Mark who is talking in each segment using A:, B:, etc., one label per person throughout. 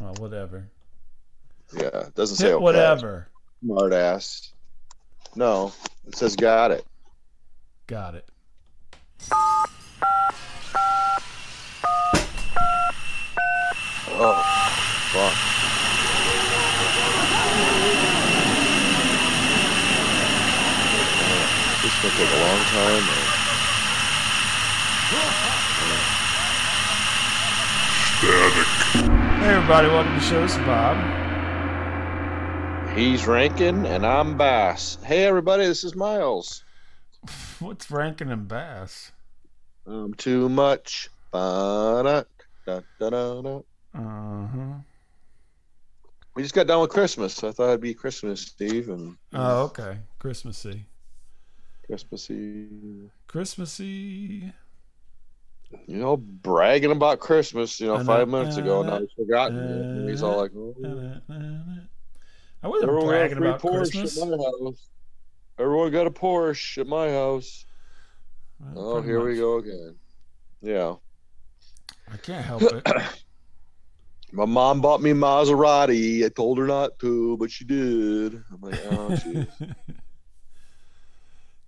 A: Oh, whatever.
B: Yeah, it doesn't say
A: Hit
B: okay.
A: whatever.
B: Smart ass. No, it says got it.
A: Got it.
B: Oh, fuck. This is gonna take a long time. or-
A: Hey everybody, welcome to the show. This is Bob.
B: He's ranking and I'm Bass. Hey everybody, this is Miles.
A: What's Rankin and Bass?
B: Um, too much. Ba-da, da, da, da, da.
A: Uh-huh.
B: We just got done with Christmas. So I thought it'd be Christmas, Steve, and
A: Oh, okay. Christmassy.
B: Christmassy. You
A: Christmassy.
B: know, bragging about Christmas. You know,
A: I
B: five
A: know. Uh,
B: minutes ago, and now he's forgotten it. And he's all like,
A: I
B: oh,
A: wasn't
B: Everyone got a
A: bragging
B: free
A: about
B: Porsche
A: Christmas.
B: at my house. Everyone got a Porsche at my house.
A: Well,
B: Oh,
A: pretty
B: here we
A: much.
B: go again. Yeah.
A: I can't help it.
B: My mom bought me Maserati. I told her not to, but she did. I'm like, oh, geez.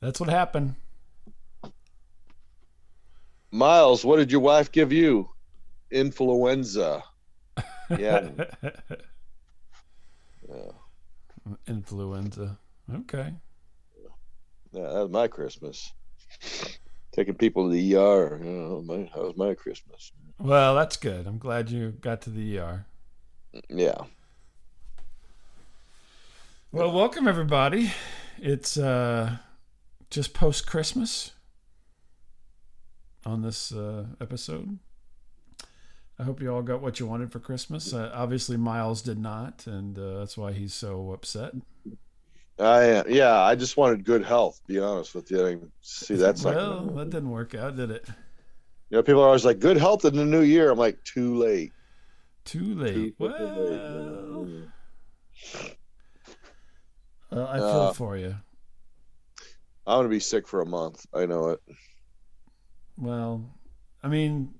A: That's what happened.
B: Miles, what did your wife give you? Influenza. Yeah. yeah.
A: Influenza. Okay.
B: Yeah, that was my Christmas. Taking people to the ER. You know, my, that was my Christmas.
A: Well, that's good. I'm glad you got to the ER.
B: Yeah.
A: Well, welcome everybody. It's uh, just post Christmas on this uh, episode. I hope you all got what you wanted for Christmas. Uh, obviously, Miles did not, and uh, that's why he's so upset.
B: I yeah, I just wanted good health. To be honest with you, I didn't see that's not.
A: well,
B: gonna-
A: that didn't work out, did it?
B: You know, people are always like, "Good health in the new year." I'm like, "Too late."
A: Too
B: Too
A: late.
B: fucking late.
A: Well,
B: man.
A: uh, I
B: Uh,
A: feel for you.
B: I'm gonna be sick for a month. I know it.
A: Well, I mean,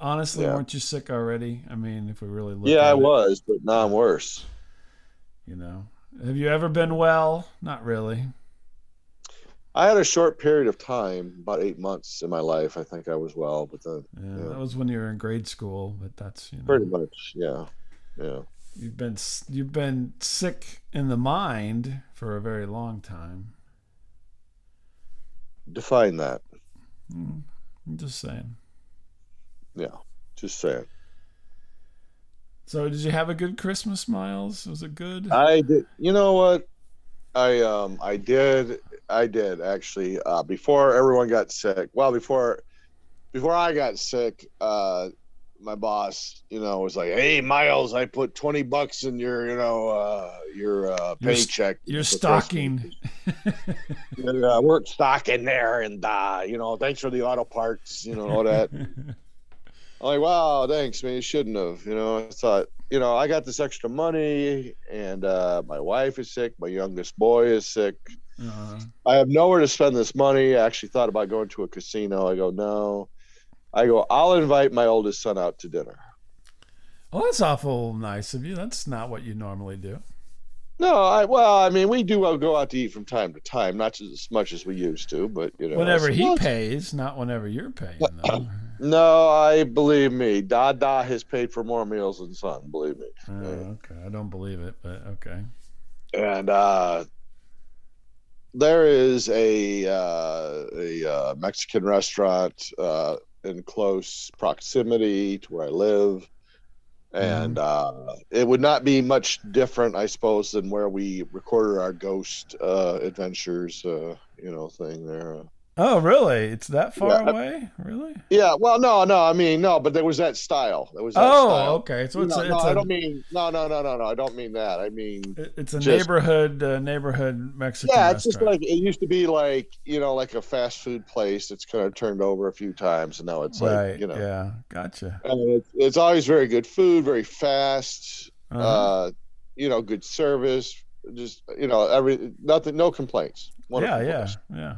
A: honestly,
B: Yeah.
A: weren't you sick already? I mean, if we really look,
B: yeah,
A: at
B: I
A: it,
B: was, but now I'm worse.
A: You know, have you ever been well? Not really.
B: I had a short period of time, about eight months in my life. I think I was well, but then
A: Yeah,
B: Yeah.
A: that was when you were in grade school, but that's you know,
B: pretty much, yeah, yeah.
A: you've been s- you've been sick in the mind for a very long time.
B: Define that.
A: Mm, I'm just saying.
B: Yeah, just saying.
A: So, did you have a good Christmas, Miles? Was it good?
B: I did. You know what? I um I did I did actually uh, before everyone got sick. Well, before before I got sick, uh, my boss, you know, was like, "Hey, Miles, I put twenty bucks in your you know uh, your uh,
A: Your s-
B: paycheck.
A: Your
B: for
A: stocking.
B: Christmas. Yeah, I worked stocking there, and uh, you know, thanks for the auto parts, you know, all that." I'm like, wow, thanks, man. You shouldn't have. You know, I thought, you know, I got this extra money, and uh, my wife is sick. My youngest boy is sick.
A: Uh,
B: I have nowhere to spend this money. I actually thought about going to a casino. I go, no. I go, I'll invite my oldest son out to dinner.
A: well, that's awful nice of you. That's not what you normally do.
B: No, I well, I mean, we do go out to eat from time to time, not as much as we used to, but you know, I
A: Whenever
B: said,
A: he
B: "Well,
A: pays, not whenever you're paying. Though. Uh,
B: No, I believe me. Dada has paid for more meals than son. Believe me.
A: Oh, okay, I don't believe it, but okay.
B: and uh, there is a uh, a uh, Mexican restaurant uh, in close proximity to where I live,
A: Mm.
B: and uh, it would not be much different, I suppose, than where we recorded our ghost uh, adventures, uh, you know, thing there.
A: Oh, really? It's that far
B: Yeah, I-
A: away? Really?
B: Yeah, well, no, no, I mean, no, but there was that style. There was that
A: Oh,
B: style.
A: okay. So it's
B: no,
A: a,
B: no,
A: it's
B: I
A: a
B: don't mean no, no, no, no, no. I don't mean that. I mean
A: It- It's a
B: Just-
A: neighborhood uh, neighborhood Mexican
B: yeah,
A: restaurant.
B: it's just like it used to be like you know like a fast food place. It's kind of turned over a few times, and now it's
A: right.
B: like you know,
A: Yeah, gotcha.
B: I mean, it's, it's always very good food, very fast. uh
A: Uh-huh.
B: you know, good service. Just you know, every nothing, no complaints.
A: yeah,
B: Wonderful
A: yeah,
B: place.
A: yeah.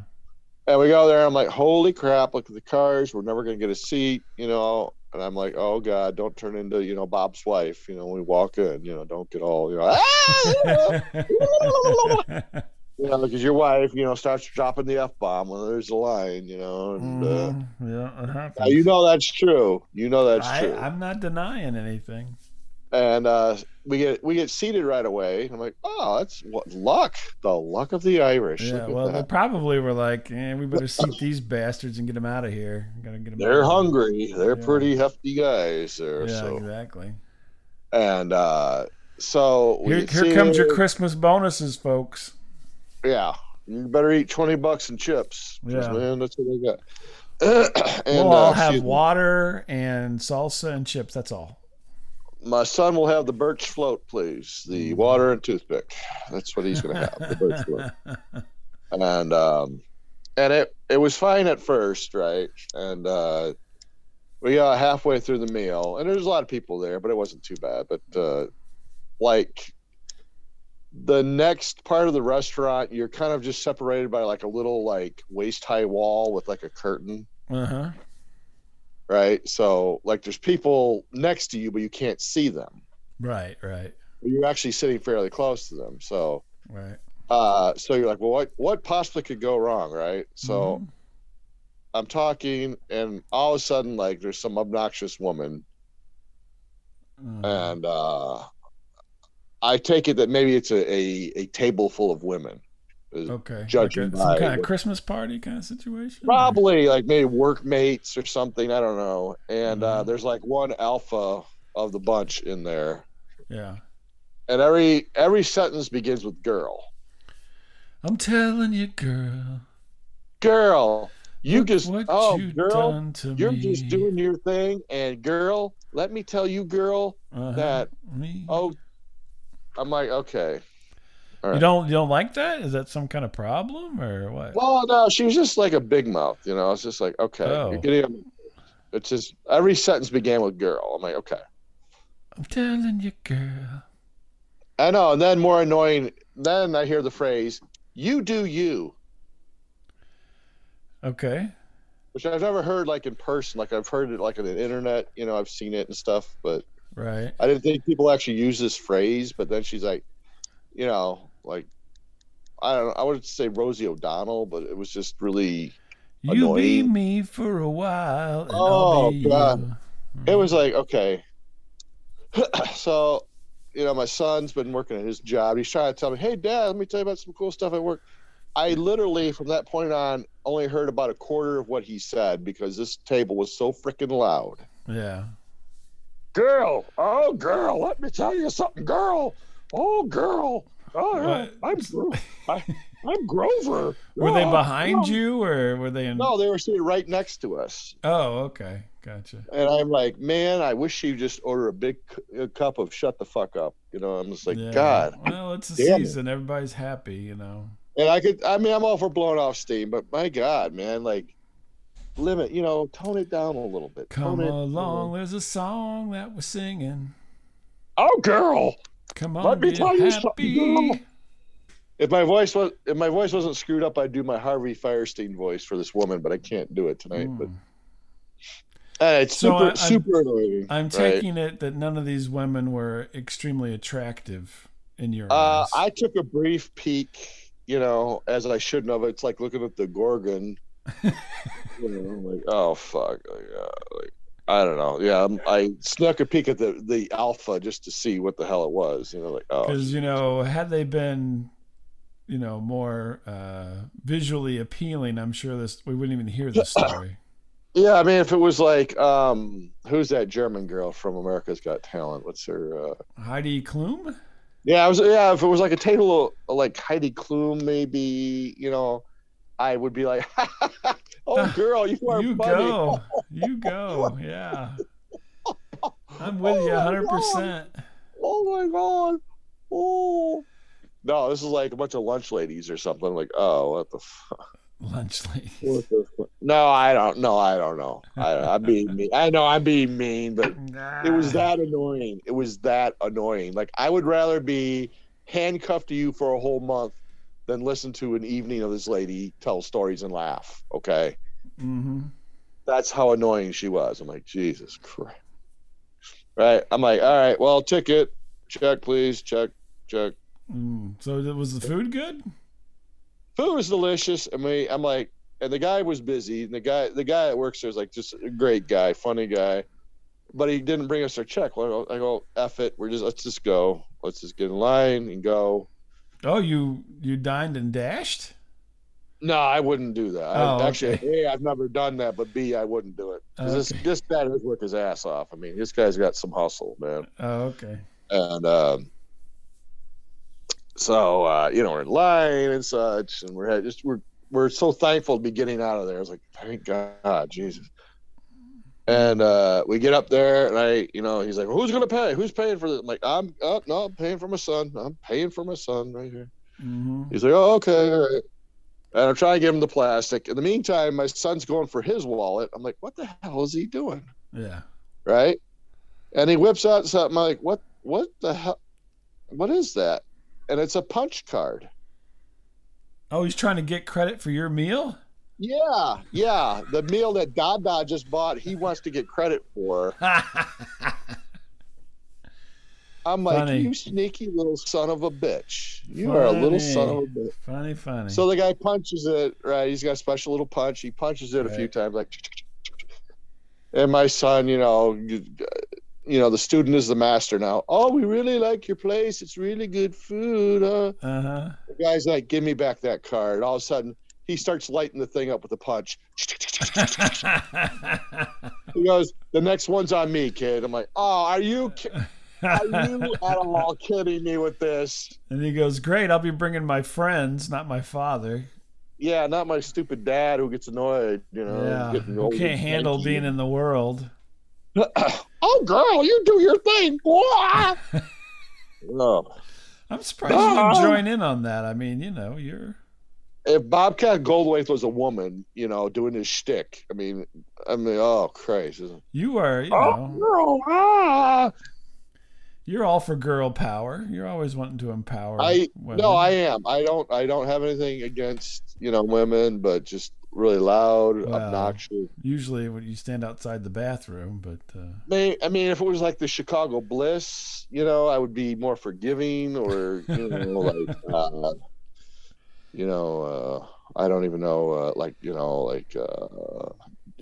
B: And we go there. I'm like, holy crap! Look at the cars. We're never going to get a seat, you know. And I'm like, oh god, don't turn into you know Bob's wife. You know, when we walk in, you know, don't get all you know, ah! you know, because your wife, you know, starts dropping the f bomb when there's a line, you know. And, uh,
A: Mhm. yeah, it
B: now
A: happens.
B: you know that's true. You know that's
A: I,
B: true.
A: I'm not denying anything.
B: and uh, we get we get seated right away. I'm like, oh, that's what luck, the luck of the Irish.
A: Yeah,
B: Look at
A: well, they
B: that.
A: probably were like, eh, we better seat these bastards and get them out of here. Gotta get 'em out
B: they're
A: of here."
B: hungry. They're
A: Yeah.
B: pretty hefty guys there.
A: Yeah,
B: so
A: exactly.
B: and uh, so we
A: Here,
B: get
A: here comes your
B: seated.
A: Christmas bonuses, folks.
B: yeah. You better eat twenty bucks in chips. 'cause,
A: Yeah.
B: man, that's what they got. and
A: we'll all
B: uh,
A: have
B: excuse me,
A: water and salsa and chips. That's all.
B: my son will have the birch float, please. The water and toothpick. That's what he's going to have. The birch float. and um and it it was fine at first right and uh we got halfway through the meal and there's a lot of people there but it wasn't too bad but uh like the next part of the restaurant you're kind of just separated by like a little like waist high wall with like a curtain
A: uh huh.
B: right so like there's people next to you but you can't see them
A: Right, right,
B: you're actually sitting fairly close to them so
A: right.
B: uh so you're like well what what possibly could go wrong right so
A: Mhm.
B: I'm talking, and all of a sudden, like there's some obnoxious woman,
A: Uh,
B: and uh, I take it that maybe it's a, a, a table full of women,
A: Oh, okay.
B: judging
A: a- some
B: by-
A: kind of Christmas party kind of situation.
B: probably like maybe workmates or something. I don't know. And uh,
A: Mhm.
B: there's like one alpha of the bunch in there,
A: Yeah.
B: and every every sentence begins with "girl,
A: I'm telling you, girl.
B: girl." You
A: look
B: just
A: what
B: oh
A: you
B: girl,
A: done to
B: you're
A: me.
B: just doing your thing, and girl, let me tell you, girl,
A: Uh-huh.
B: that-
A: Me.
B: oh. I'm like, okay.
A: you don't you don't like that? Is that some kind of problem or what?
B: Well, no, she was just like a big mouth, you know. It's just like, okay,
A: Oh.
B: you're getting. It's just every sentence began with "girl." I'm like, okay,
A: I'm telling you, girl.
B: I know. And then more annoying. Then I hear the phrase "you do you,"
A: Okay.
B: which I've never heard like in person. Like I've heard it like on the internet, you know. I've seen it and stuff, but
A: Right.
B: I didn't think people actually use this phrase. But then she's like, you know, like I don't. know. I would say Rosie O'Donnell, but it was just really.
A: You be
B: Annoying.
A: me for a while. And I'll
B: Oh,
A: be
B: God.
A: You.
B: it was like okay so you know my son's been working at his job he's trying to tell me hey dad let me tell you about some cool stuff at work i literally from that point on only heard about a quarter of what he said because this table was so freaking loud
A: Yeah.
B: girl oh girl let me tell you something girl oh girl oh
A: What?
B: i'm Gro- I, i'm grover
A: Were they
B: Oh,
A: behind
B: oh."
A: you or were they in?
B: no they were sitting right next to us
A: Oh, okay. Gotcha.
B: And I'm like, man, I wish you just order a big cu- a cup of shut the fuck up. You know, I'm just like,
A: Yeah.
B: God.
A: Well, it's a
B: Damn it.
A: season. Everybody's happy, you know.
B: And I could, I mean, I'm all for blowing off steam, but my God, man, like, limit, you know, tone it down a little bit.
A: Come
B: Tone it-
A: along. There's a song that we're singing.
B: Oh, girl.
A: Come on,
B: Let me
A: get
B: tell you something,
A: happy.
B: girl. If my voice was, if my voice wasn't screwed up, I'd do my Harvey Firestein voice for this woman, but I can't do it tonight. But
A: Mm.
B: uh, it's
A: So
B: super,
A: I- I'm-
B: super annoying.
A: I'm
B: right?
A: taking it that none of these women were extremely attractive in your
B: Uh,
A: eyes.
B: I took a brief peek, you know, as I shouldn't have. It's like looking at the Gorgon. you know, I'm like, oh fuck, like, uh, like, I don't know. Yeah, I'm, I snuck a peek at the the alpha just to see what the hell it was. You know, like oh,
A: because you know had they been you know more uh visually appealing i'm sure this we wouldn't even hear this story
B: yeah. I mean, if it was like, um, who's that German girl from America's Got Talent? What's her? Uh...
A: heidi klum
B: Yeah, I was. Yeah, if it was like a table of, like Heidi Klum, maybe you know, I would be like, oh girl, you are
A: you
B: funny.
A: go you go yeah i'm with you
B: Oh,
A: 100%
B: Oh my god. Oh. No, this is like a bunch of lunch ladies or something. Like, oh, what the fuck?
A: lunch lady
B: What the fuck? No, I don't. No, I don't know. I, I'm being mean. I know I'm being mean, but it was that annoying. It was that annoying. Like, I would rather be handcuffed to you for a whole month than listen to an evening of this lady tell stories and laugh. Okay.
A: Mm-hmm.
B: That's how annoying she was. I'm like, Jesus Christ. Right. I'm like, all right, well, ticket, check, please, check, check.
A: Mm. So th- was the food good?
B: Food was delicious. I mean, I'm like, and the guy was busy. And the guy, the guy that works there is like just a great guy, funny guy, but he didn't bring us our check. Well, I go, oh, F it. We're just, let's just go. Let's just get in line and go.
A: Oh, you you dined and dashed.
B: No, I wouldn't do that. I-
A: Oh, okay.
B: actually, A, I've never done that, but B, I wouldn't do it. 'Cause
A: Okay.
B: This, this guy has worked his ass off. I mean, this guy's got some hustle, man.
A: Oh, okay.
B: And um, so, uh, you know, we're in line and such, and we're had- just we're we're so thankful to be getting out of there. I was like, thank God, Jesus. And uh, we get up there, and I, you know, he's like, "Who's gonna pay? Who's paying for this?" I'm like, "I'm, oh, no, I'm paying for my son. I'm paying for my son right here."
A: Mm-hmm.
B: He's like, oh, okay, all right. And I'm trying to give him the plastic. In the meantime, my son's going for his wallet. I'm like, what the hell is he doing?
A: Yeah.
B: Right? And he whips out something. I'm like, what what the hell what is that? And it's a punch card.
A: Oh, he's trying to get credit for your meal.
B: Yeah, yeah. The meal that Dada just bought, he wants to get credit for. I'm like,
A: Funny.
B: you sneaky little son of a bitch. You are a little son of a
A: Funny.
B: bitch.
A: funny, funny.
B: So the guy punches it, right? He's got a special little punch. He punches it a few
A: Right.
B: times, like. And my son, you know, you you know, the student is the master now. Oh, we really like your place. It's really good food. Huh?
A: uh huh.
B: The guy's like, give me back that card. All of a sudden, he starts lighting the thing up with a punch. He goes, the next one's on me, kid. I'm like, oh, are you ki- are you at all kidding me with this?
A: and he goes, "Great, I'll be bringing my friends, not my father.
B: Yeah, not my stupid dad who gets annoyed. You know,
A: yeah,
B: Oh, getting
A: who
B: old and
A: can't handle
B: cranky.
A: being in the world."
B: oh girl, you do your thing. Wah! no.
A: I'm surprised you
B: No.
A: didn't join in on that. I mean, you know, you're
B: If Bobcat Goldthwait was a woman, you know, doing his shtick, I mean, I mean, oh Christ! isn't-
A: you are you
B: Oh,
A: know
B: girl, ah!
A: you're all for girl power. You're always wanting to empower.
B: I
A: women.
B: no, I am. I don't. I don't have anything against you know women, but just really loud,
A: Wow.
B: obnoxious.
A: usually when you stand outside the bathroom, but uh,
B: May I mean, if it was like the Chicago Bliss, you know, I would be more forgiving, or you know, like, uh, you know, uh, I don't even know, uh, like, you know, like uh,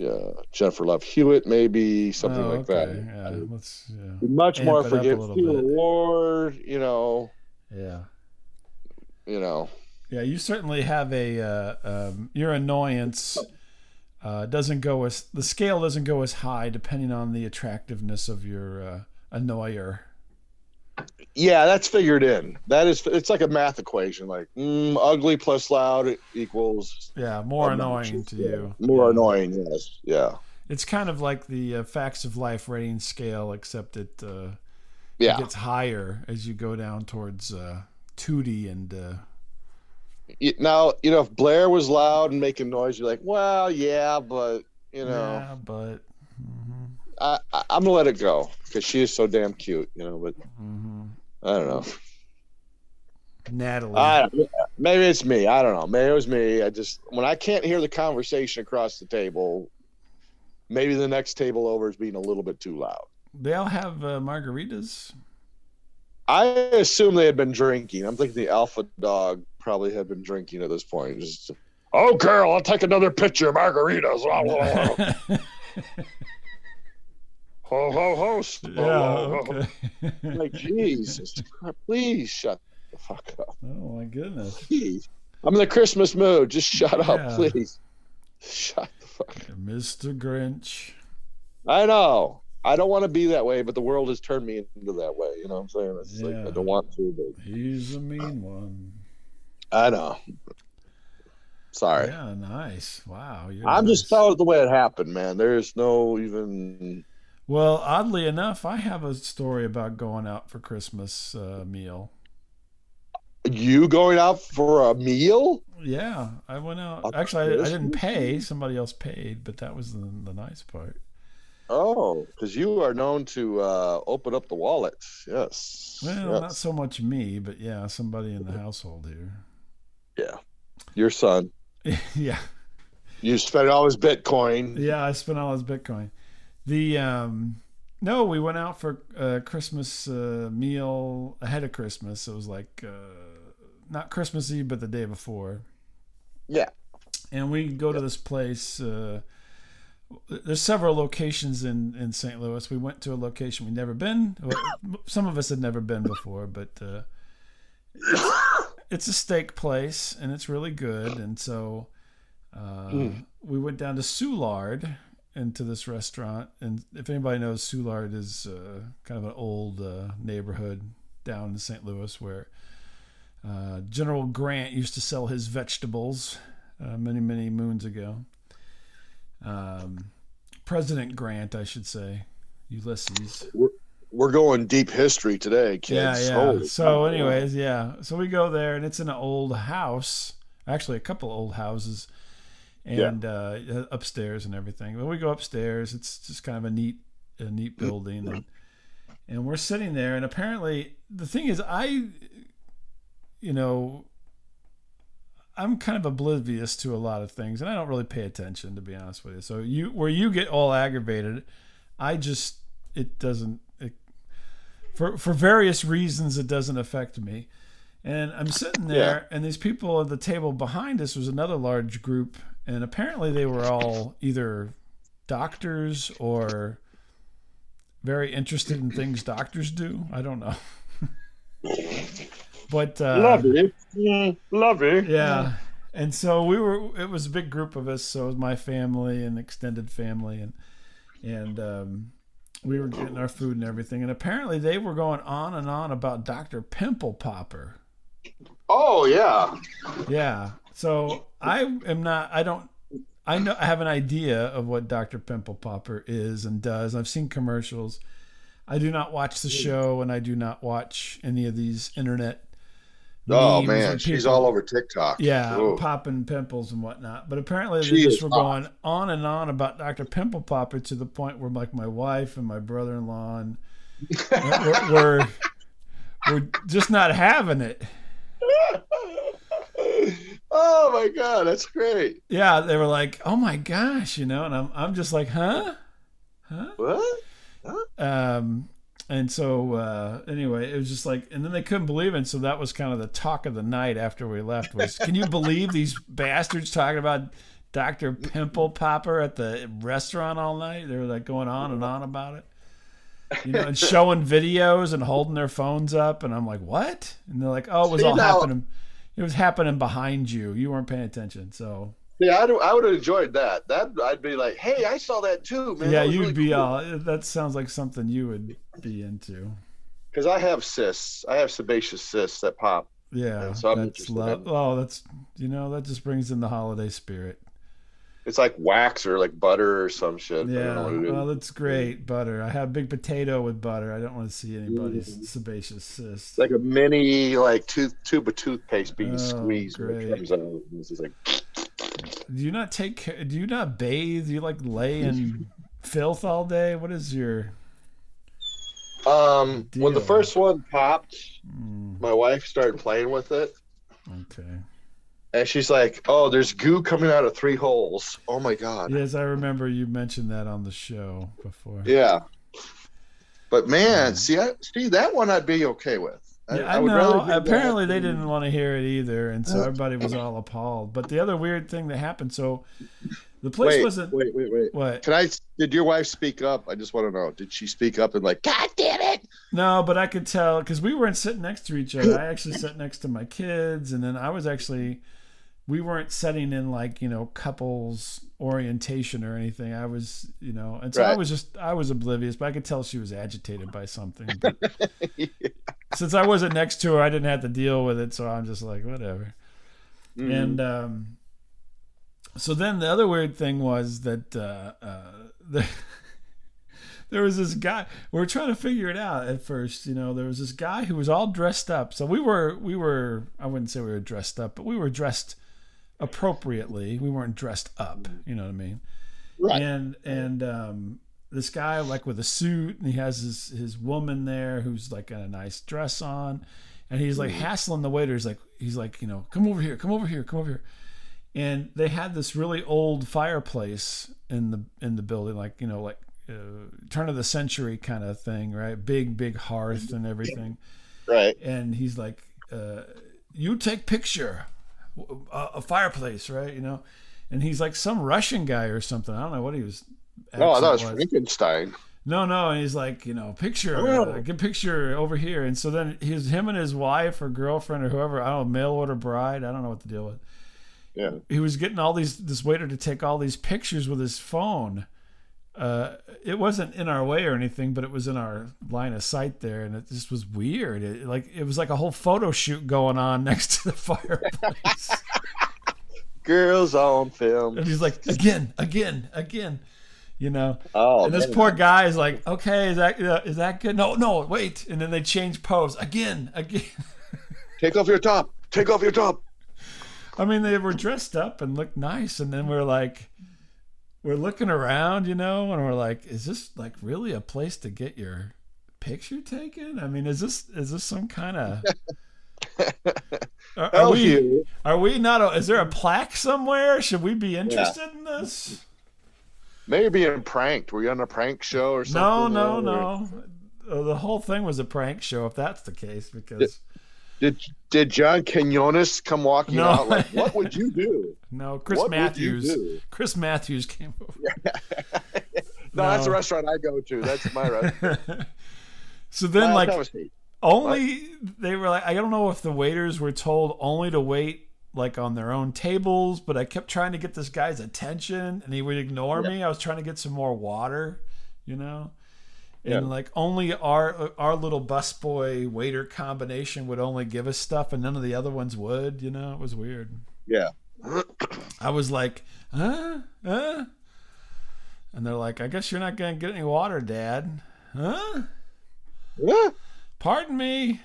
B: uh, Jennifer Love Hewitt, maybe something
A: oh,
B: like
A: okay,
B: that. I
A: Yeah,
B: would
A: let's
B: be much
A: Amp
B: more
A: it up a
B: forgiving.
A: little
B: Sheila
A: bit.
B: Ward, you know,
A: yeah, yeah,
B: you know,
A: yeah. You certainly have a uh, um, your annoyance. Uh, doesn't go as the scale doesn't go as high depending on the attractiveness of your uh, annoyer.
B: yeah, that's figured in. That is, it's like a math equation, like mm, ugly plus loud equals
A: Yeah, more
B: obnoxious.
A: annoying to
B: Yeah.
A: you.
B: More
A: Yeah.
B: annoying, yes, yeah,
A: It's kind of like the uh, facts of life rating scale, except it, uh,
B: yeah.
A: it gets higher as you go down towards uh, 2D and uh,
B: Y- now you know if blair was loud and making noise you're like well yeah but you know
A: yeah, but hmm
B: I I, i'm gonna let it go because she is so damn cute you know but
A: hmm
B: i don't know
A: Natalie.
B: I, maybe it's me i don't know maybe it was me i just when i can't hear the conversation across the table maybe the next table over is being a little bit too loud
A: they all have uh, margaritas.
B: i assume they had been drinking i'm thinking the alpha dog probably had been drinking at this point just oh girl i'll take another picture of margaritas blah, blah, blah, blah.
A: yeah,
B: ho ho ho slow, ho, ho.
A: okay.
B: Oh, like Jesus, Christ, please shut the fuck up.
A: oh my goodness.
B: Please, I'm in the Christmas mood. Just shut up,
A: Yeah.
B: please. Shut the fuck. Up.
A: Mr. Grinch.
B: I know. I don't want to be that way, but the world has turned me into that way. You know what I'm saying? It's just like
A: Yeah.
B: I don't want to. But
A: He's a mean one.
B: I know. Sorry.
A: Yeah, nice. Wow. You're
B: I'm
A: nice.
B: just telling it the way it happened, man. There's no even.
A: Well, oddly enough, I have a story about going out for Christmas uh, meal.
B: You going out for a meal?
A: Yeah, I went out.
B: A
A: Actually, I, I didn't
B: Christmas
A: pay. Somebody else paid, but that was the, the nice part.
B: Oh, because you are known to uh, open up the wallet. Yes.
A: Well,
B: yes.
A: not so much me, but yeah, somebody in the household here.
B: Yeah. Your son.
A: yeah.
B: You spent all his Bitcoin.
A: Yeah, I spent all his Bitcoin. The um no, we went out for a Christmas uh, meal ahead of Christmas. It was like uh, not Christmas Eve, but the day before.
B: Yeah.
A: And we go to this place. Uh, there's several locations in, in St. Louis. We went to a location we'd never been. Well, some of us had never been before, but uh, it's a steak place and it's really good. And so uh,
B: Mm.
A: we went down to Soulard into this restaurant. And if anybody knows, Soulard is uh, kind of an old uh, neighborhood down in St. Louis where uh, General Grant used to sell his vegetables uh, many, many moons ago. Um, President Grant, I should say, Ulysses.
B: We're going deep history today, kids.
A: Yeah, yeah.
B: Holy
A: So,
B: cow.
A: anyways, yeah. So we go there, and it's an old house, actually a couple old houses, and uh, upstairs and everything. But we go upstairs. It's just kind of a neat, a neat building, and, and we're sitting there. And apparently, the thing is, I, you know, I'm kind of oblivious to a lot of things, and I don't really pay attention, to be honest with you. So you, where you get all aggravated, I just it doesn't it, for for various reasons it doesn't affect me. And I'm sitting there, and these people at the table behind us was another large group, and apparently they were all either doctors or very interested in things doctors do. I don't know, but uh,
B: Lovey. Mm, Lovey.
A: yeah. And so we were. It was a big group of us. So it was my family and extended family, and and um, we were getting our food and everything. And apparently they were going on and on about Doctor Pimple Popper.
B: Oh, yeah.
A: Yeah. So I am not. I don't. I know. I have an idea of what Doctor Pimple Popper is and does. I've seen commercials. I do not watch the show, and I do not watch any of these internet.
B: Oh,
A: memes
B: man.
A: with
B: She's
A: people-
B: all over TikTok.
A: yeah,
B: Ooh.
A: popping pimples and whatnot. But apparently
B: She
A: they just
B: is
A: were
B: hot.
A: going on and on about Dr. Pimple Popper to the point where like my wife and my brother-in-law and were, were were just not having it.
B: oh, my God. That's great.
A: Yeah, they were like, "Oh my gosh," you know, and I'm I'm just like, "Huh?" Huh?
B: What?
A: Um and so uh anyway, it was just like and then they couldn't believe it, and so that was kind of the talk of the night after we left was, "Can you believe these bastards talking about Dr. Pimple Popper at the restaurant all night. They were like going on and on about it. You know, and showing videos and holding their phones up and I'm like, "What?" And they're like, "Oh, it was
B: See,
A: all
B: now-
A: happening. It was happening behind you. You weren't paying attention." So,
B: Yeah, I'd, I would have enjoyed that. That I'd be like, hey, I saw that too, man.
A: yeah, you'd be uh, all that sounds like something you would be into.
B: because I have cysts. I have sebaceous cysts that pop.
A: Yeah,
B: And so I'm
A: that's
B: interested
A: love.
B: in-
A: Oh, that's you know that just brings in the holiday spirit.
B: It's like wax or like butter or some shit. I don't
A: Yeah,
B: know what it is.
A: well, that's great. Butter. I have big potato with butter. I don't want to see anybody's
B: Mm.
A: sebaceous cyst.
B: It's like a mini like tooth tube of toothpaste being
A: Oh,
B: squeezed when it
A: great.
B: comes out. And It's just like
A: Do you not take? care Do you not bathe? Do you like lay in filth all day? What is your?
B: um, when the
A: Deal.
B: first one popped,
A: Mm,
B: my wife started playing with it,
A: okay.
B: and she's like, "Oh, there's goo coming out of three holes. Oh my god,
A: Yes, I remember you mentioned that on the show before.
B: yeah." But man,
A: Mhm.
B: see, I, see that one I'd be okay with.
A: Yeah, I,
B: would rather Uh,
A: know.
B: do that
A: Apparently, they
B: than-
A: didn't want to hear it either, and so everybody was all appalled. But the other weird thing that happened, so the place
B: Wait,
A: wasn't
B: wait, wait, wait.
A: what?
B: Can I? Did your wife speak up? I just want to know. Did she speak up and like, God damn it?
A: No, but I could tell because we weren't sitting next to each other. I actually sat next to my kids, and then I was actually we weren't sitting in like you know couples orientation or anything. I was you know, and so I
B: Right.
A: was just I was oblivious, but I could tell she was agitated by something. But since I wasn't next to her, I didn't have to deal with it, so I'm just like whatever.
B: Mm,
A: And um, so then the other weird thing was that uh, uh, the, there was this guy. We were trying to figure it out at first. You know, there was this guy who was all dressed up. So we were we were I wouldn't say we were dressed up, but we were dressed appropriately. We weren't dressed up. You know what I mean?
B: right.
A: And and um, this guy like with a suit and he has his his woman there who's like got a nice dress on and he's like hassling the waiter he's like he's like you know come over here come over here come over here and they had this really old fireplace in the in the building like you know like uh, turn of the century kind of thing right big big hearth and everything
B: Right.
A: and he's like uh, you take picture uh, a, a fireplace right you know and he's like some russian guy or something i don't know what he was
B: No, I thought it was
A: accent
B: Frankenstein.
A: no, no. And he's like, you know, picture,
B: Oh.
A: uh, good picture over here. And so then his, him and his wife or girlfriend or whoever, I don't know, mail order bride, I don't know what the deal was.
B: Yeah.
A: He was getting all these, this waiter to take all these pictures with his phone. Uh, it wasn't in our way or anything, but it was in our line of sight there. And it just was weird. It, like, it was like a whole photo shoot going on next to the fireplace.
B: Girls on film.
A: and he's like, again, again, again, you know?
B: Oh,
A: and this
B: man.
A: poor guy is like, okay, is that uh, is that good? No, no, wait. And then they change pose again, again.
B: take off your top. Take off your top.
A: I mean, they were dressed up and looked nice, and then we're like, we're looking around, you know, and we're like, is this like really a place to get your picture taken? I mean, is this is this some kind of are, are
B: Hell,
A: we
B: Hugh.
A: are we not? A, is there a plaque somewhere? Should we be interested in this?
B: Maybe being pranked. Were you on a prank show or
A: No,
B: something?
A: no,
B: Or-
A: no. Uh, The whole thing was a prank show, if that's the case, because.
B: Did did John Quinones come walking
A: No.
B: out? Like, what would you do?
A: No, Chris
B: What would you
A: Matthews.
B: do?
A: Chris Matthews came over.
B: No,
A: No.
B: that's a restaurant I go to. That's my restaurant.
A: so then,
B: Well,
A: like,
B: that was neat.
A: only they were like, I don't know if the waiters were told only to wait like on their own tables, but I kept trying to get this guy's attention and he would ignore me. I was trying to get some more water, you know? And
B: Yeah.
A: like only our our little busboy waiter combination would only give us stuff, and none of the other ones would. You know, it was weird.
B: yeah.
A: I was like, huh? Huh? And they're like, I guess you're not going to get any water, Dad. Huh?
B: Yeah.
A: Pardon me.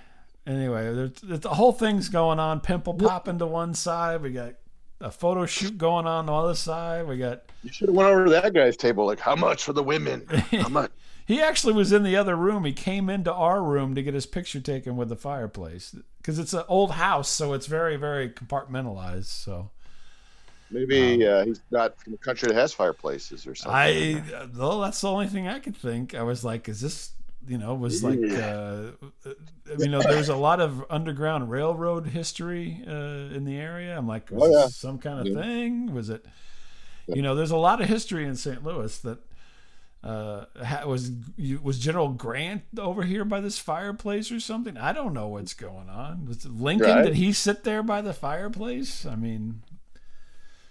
A: Anyway, there's, there's- the whole thing's going on. Pimple popping to one side. We got a photo shoot going on the other side. We got.
B: You should have went over to that guy's table. Like, how much for the women? How much?
A: He actually was in the other room. He came into our room to get his picture taken with the fireplace because it's an old house, so it's very, very compartmentalized. So.
B: Maybe uh, he's not from a country that has fireplaces or something.
A: I well, that's the only thing I could think. I was like, is this you know was like uh, you know there's a lot of underground railroad history uh, in the area. I'm like, was
B: Oh, yeah.
A: this some kind of
B: Yeah.
A: thing? Was it you know there's a lot of history in St. Louis that. Uh, ha- was you- was General Grant over here by this fireplace or something? I don't know what's going on. Was Lincoln?
B: Right.
A: Did he sit there by the fireplace? I mean,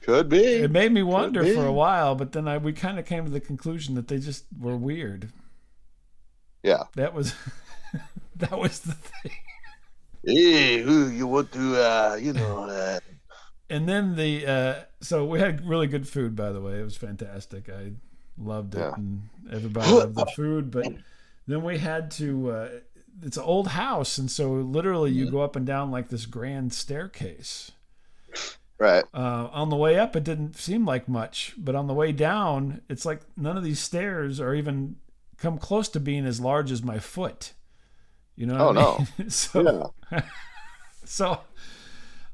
B: Could be.
A: it made me wonder
B: be.
A: for a while, but then I we kind of came to the conclusion that they just were weird.
B: yeah.
A: That was that was the thing.
B: Hey, who you want to? Uh, you know. Uh,
A: And then the uh, so we had really good food by the way. It was fantastic. I loved it,
B: Yeah.
A: and everybody loved the food. But then we had to. Uh, it's an old house, and so literally you go up and down like this grand staircase.
B: right.
A: Uh, on the way up, it didn't seem like much, but on the way down, it's like none of these stairs are even come close to being as large as my foot. You know? what
B: Oh,
A: I mean? so, so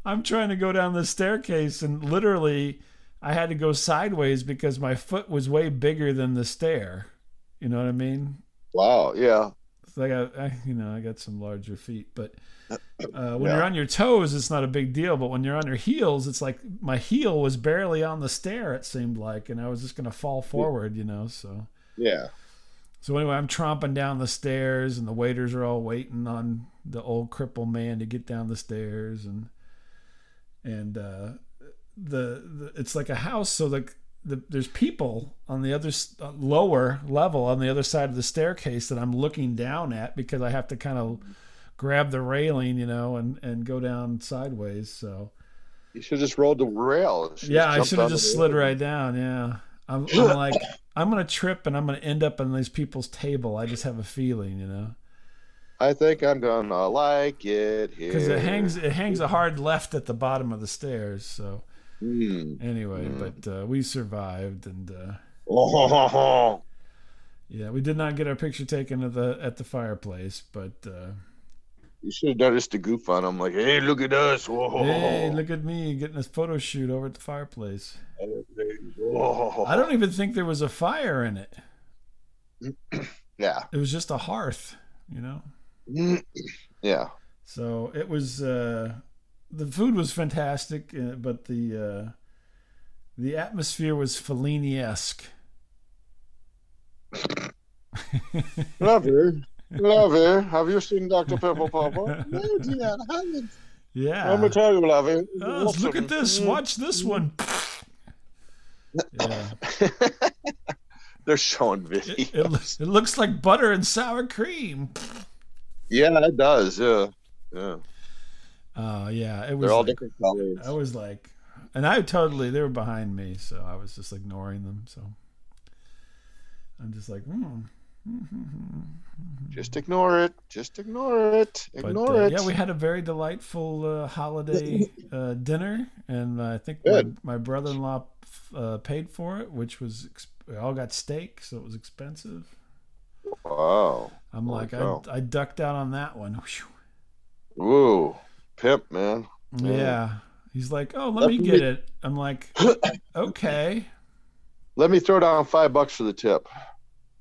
A: I'm trying to go down the staircase, and literally, I had to go sideways because my foot was way bigger than the stair. You know what I mean?
B: Wow. Yeah.
A: It's like I, I you know, I got some larger feet, but uh, when
B: Yeah.
A: you're on your toes, it's not a big deal. But when you're on your heels, it's like my heel was barely on the stair. It seemed like, and I was just gonna fall forward, you know. So,
B: Yeah.
A: so anyway, I'm tromping down the stairs, and the waiters are all waiting on the old cripple man to get down the stairs, and and uh, the, the it's like a house, so like the, there's people on the other s- uh, lower level on the other side of the staircase that I'm looking down at because I have to kind of grab the railing, you know, and and go down sideways. So
B: You should have just rolled the rail. You should've
A: yeah, I
B: jumped
A: should have
B: on the
A: just
B: rail.
A: slid right down. Yeah, I'm, I'm like, I'm gonna trip and I'm gonna end up on these people's table. I just have a feeling, you know,
B: I think I'm gonna like it here.
A: because it hangs, it hangs a hard left at the bottom of the stairs. So
B: Hmm.
A: anyway, but uh, we survived, and uh,
B: Oh,
A: Yeah, we did not get our picture taken at the at the fireplace, but uh,
B: You should have noticed the goof on him. Like, hey, look at us. Whoa.
A: hey, look at me getting this photo shoot over at the fireplace.
B: Whoa.
A: I don't even think there was a fire in it.
B: Yeah.
A: It was just a hearth, you know.
B: Yeah.
A: So it was uh, the food was fantastic, uh, but the uh, the atmosphere was Fellini esque.
B: Lover. Lover. Have you seen Dr. Pepper Papa? No, dear. I haven't.
A: Yeah.
B: I'm going to tell you, Lover.
A: Ah. Oh, let's look at this.
B: Mm.
A: Watch this one. yeah.
B: They're showing
A: It,
B: videos.
A: it, looks- it looks like butter and sour cream.
B: yeah, it does. Yeah. Yeah.
A: Oh yeah, it was.
B: They're all
A: like-
B: different colors.
A: I was like, and I totally they were behind me, so I was just ignoring them. So I'm just like, hmm.
B: Just ignore it. Just ignore it.
A: But,
B: Ignore
A: uh,
B: it.
A: Yeah, we had a very delightful uh, holiday uh, dinner, and I think my,
B: Good.
A: my brother-in-law uh, paid for it, which was ex- we all got steak, so it was expensive.
B: Wow.
A: I'm
B: Oh,
A: like,
B: wow.
A: I, I ducked out on that one. Whew.
B: Ooh. Pimp, man.
A: Yeah.
B: Yeah.
A: He's like, oh, let
B: Let
A: me
B: me-
A: get it. I'm like, okay.
B: Let me throw down five bucks for the tip.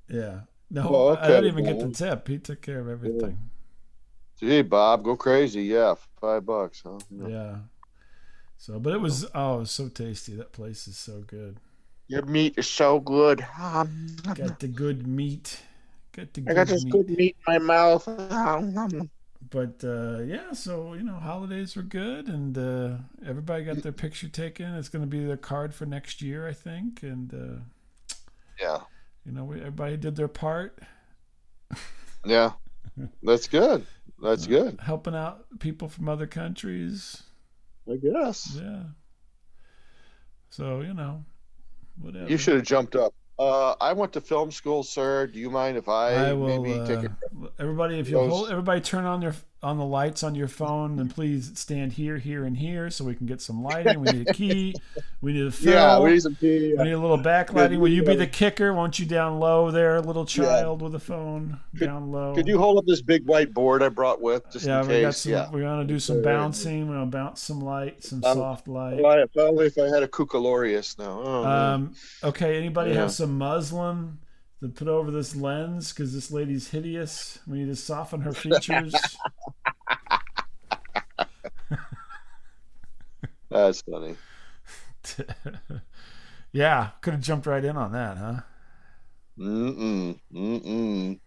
A: Yeah. No,
B: Well,
A: I didn't
B: okay,
A: even get the
B: well.
A: tip. He took care of everything.
B: Gee, Bob, go crazy. Yeah, five bucks, huh?
A: Yeah. So, but it was, oh, it was so tasty. That place is so good.
B: Your meat is so good. Um,
A: Got the good meat. Got the good
B: I got this
A: meat.
B: good meat in my mouth. Um,
A: But uh, yeah, so you know, holidays were good, and uh, everybody got their picture taken. It's going to be their card for next year, I think. And uh,
B: Yeah,
A: you know, we, everybody did their part.
B: yeah, that's good. That's good.
A: helping out people from other countries.
B: I guess
A: Yeah. So you know, whatever.
B: you should have jumped up. Uh, I went to film school, sir. Do you mind if I,
A: I will.
B: maybe take
A: Uh,
B: a
A: everybody, if you
B: Those-
A: hold, everybody turn on their on the lights on your phone, and please stand here, here, and here, so we can get some lighting. We need a key. we need a fill.
B: yeah? We need some tea.
A: We need a little backlighting. Will you be the kicker? Won't you down low there, little child with a phone? down low.
B: Could you hold up this big white board I brought with, just
A: yeah,
B: in
A: we got
B: case?
A: some.
B: Yeah.
A: We're gonna do some
B: Sure.
A: bouncing. We're gonna bounce some light, some
B: Um,
A: soft light.
B: Well, I- if only if I had a Cucalorius now. Oh, man.
A: Um, okay, anybody
B: Yeah.
A: have some muslin to put over this lens? Because this lady's hideous. We need to soften her features.
B: that's funny.
A: yeah, could have jumped right in on that, huh?
B: Mm mm mm mm.